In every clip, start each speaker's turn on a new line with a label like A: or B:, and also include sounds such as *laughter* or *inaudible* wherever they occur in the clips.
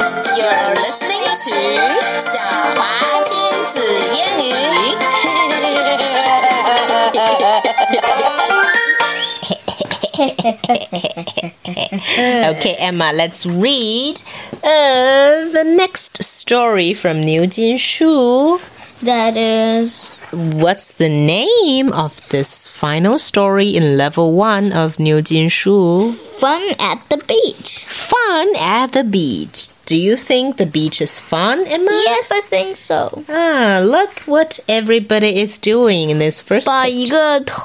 A: You're listening to 小华亲子英 *laughs* 语。
B: Okay, Emma, let's read uh, the next story from Niu Jin Shu.
C: That is
B: What's the name of this final story in level one of Niu Jin Shu?
C: fun at the beach.
B: Fun at the beach. Do you think the beach is fun, Emma?
C: Yes, I think so.
B: Ah, look what everybody is doing in this first.
C: 把一个头，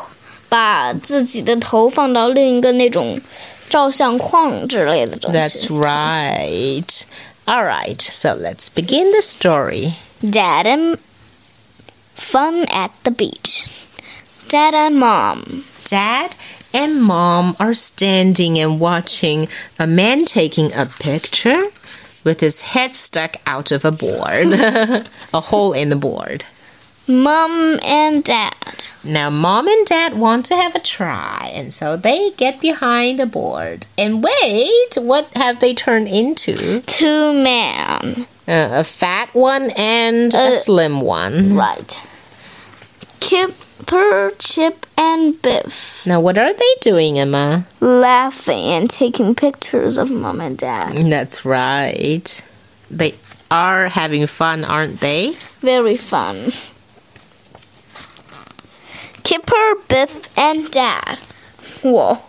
C: 把自己的头放到另一个那种照相框之类的东
B: That's
C: 西。
B: right. All right, so let's begin the story.
C: Dad and fun at the beach. Dad and mom.
B: Dad and mom are standing and watching a man taking a picture with his head stuck out of a board, *laughs* a hole in the board.
C: Mom and dad.
B: Now, mom and dad want to have a try, and so they get behind the board. And wait, what have they turned into?
C: Two men.
B: Uh, a fat one and a
C: Uh,
B: slim one.
C: Right. Kipper, Chip, and Biff
B: Now, what are they doing, Emma?
C: laughing and taking pictures of mom and dad.
B: That's right. They are having fun, aren't they?
C: Very fun. Kipper, Biff, and Dad. Whoa.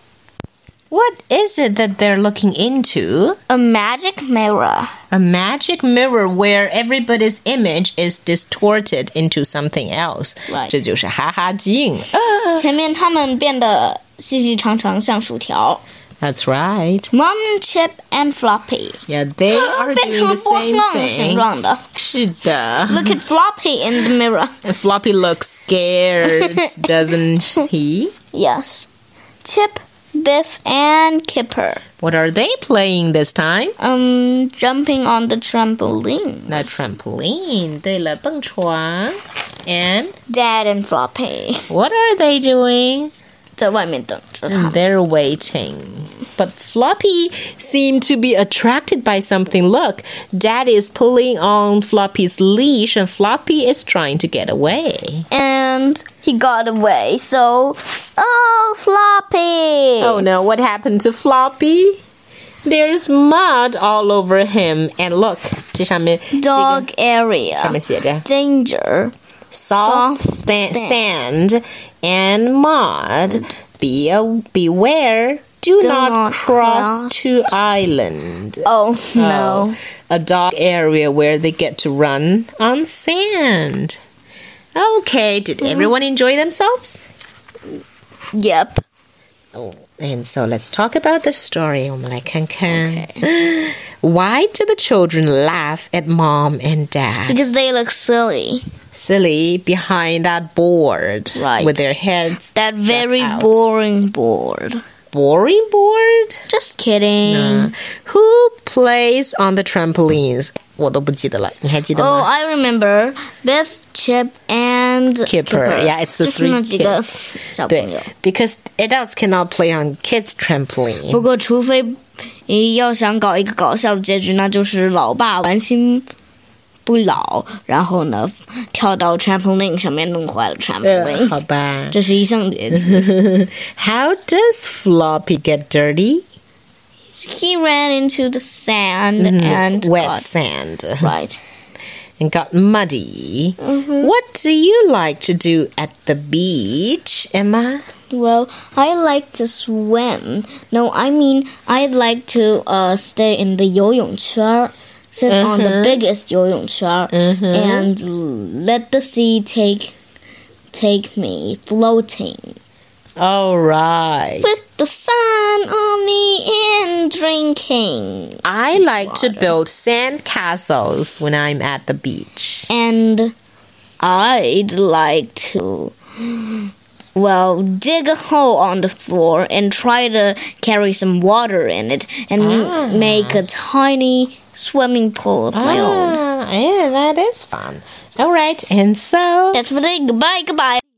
B: What is it that they're looking into?
C: A magic mirror.
B: A magic mirror where everybody's image is distorted into something else.
C: Right.
B: 这就是哈哈镜。Ah,
C: 前面他们变得细细长长，像薯条。
B: That's right.
C: Mom, Chip, and Floppy.
B: Yeah,
C: *gasps*
B: they are doing the same thing.
C: 变成波浪形状的。 *laughs*
B: 是的。
C: Look at Floppy in the mirror.
B: And Floppy looks scared, doesn't he?
C: Yes. Chip, Biff, and Kipper.
B: What are they playing this time?
C: Um, jumping on the trampoline.
B: That trampoline. 对了，蹦床. And
C: Dad and Floppy *laughs*
B: what are they doing?
C: 在外面等着他们。
B: They're waiting. But Floppy seemed to be attracted by something. Look, Daddy is pulling on Floppy's leash, and Floppy is trying to get away.
C: And he got away. So, oh, Floppy.
B: Oh no, what happened to Floppy? There's mud all over him. And look, 这上面-
C: Dog area.
B: 这个上面写着
C: Danger.
B: soft
C: Soft
B: sta-
C: sand.
B: sand and mud. Be a- beware. Do,
C: Do
B: not,
C: not
B: cross,
C: cross.
B: to island.
C: Oh, no.
B: Oh, a dark area where they get to run on sand. Okay, did
C: Mm.
B: everyone enjoy themselves?
C: Yep.
B: Oh, and so let's talk about the story. 我们来看看。Why *gasps* do the children laugh at mom and dad?
C: Because they look silly.
B: Silly behind that board,
C: Right.
B: With their heads.
C: That
B: stuck
C: very
B: out.
C: boring board.
B: boring board. Hmm.
C: Just kidding.
B: Who plays on the trampolines? Oh, 我都不记得了，你还记得吗？
C: Oh, I remember. Biff, Chip, and
B: Kipper. Yeah, it's the three
C: 就是那几个
B: 对 because adults cannot play on kids trampoline.
C: 小朋友。不过，除非要想搞一个搞笑的结局，那就是老爸玩心不老，然后呢，跳到 trampoline 上面弄坏了 trampoline。
B: 好吧。 *laughs*
C: 这是一项结局。
B: How does Floppy get dirty?
C: He ran into the sand and
B: 嗯 wet
C: got-
B: sand
C: right.
B: and got muddy. What do you like to do at the beach, Emma?
C: Well, I like to swim. No, I mean I'd like to uh, stay in the 游泳圈, sit on the biggest 游泳圈, and let the sea take take me floating
B: All right.
C: with the sun on me and drinking
B: I like to build sand castles when I'm at the beach.
C: and I'd like to well dig a hole on the floor and try to carry some water in it and make a tiny swimming pool of my own.
B: Ah, yeah, that is fun. All right, and so
C: That's for today. Goodbye, goodbye.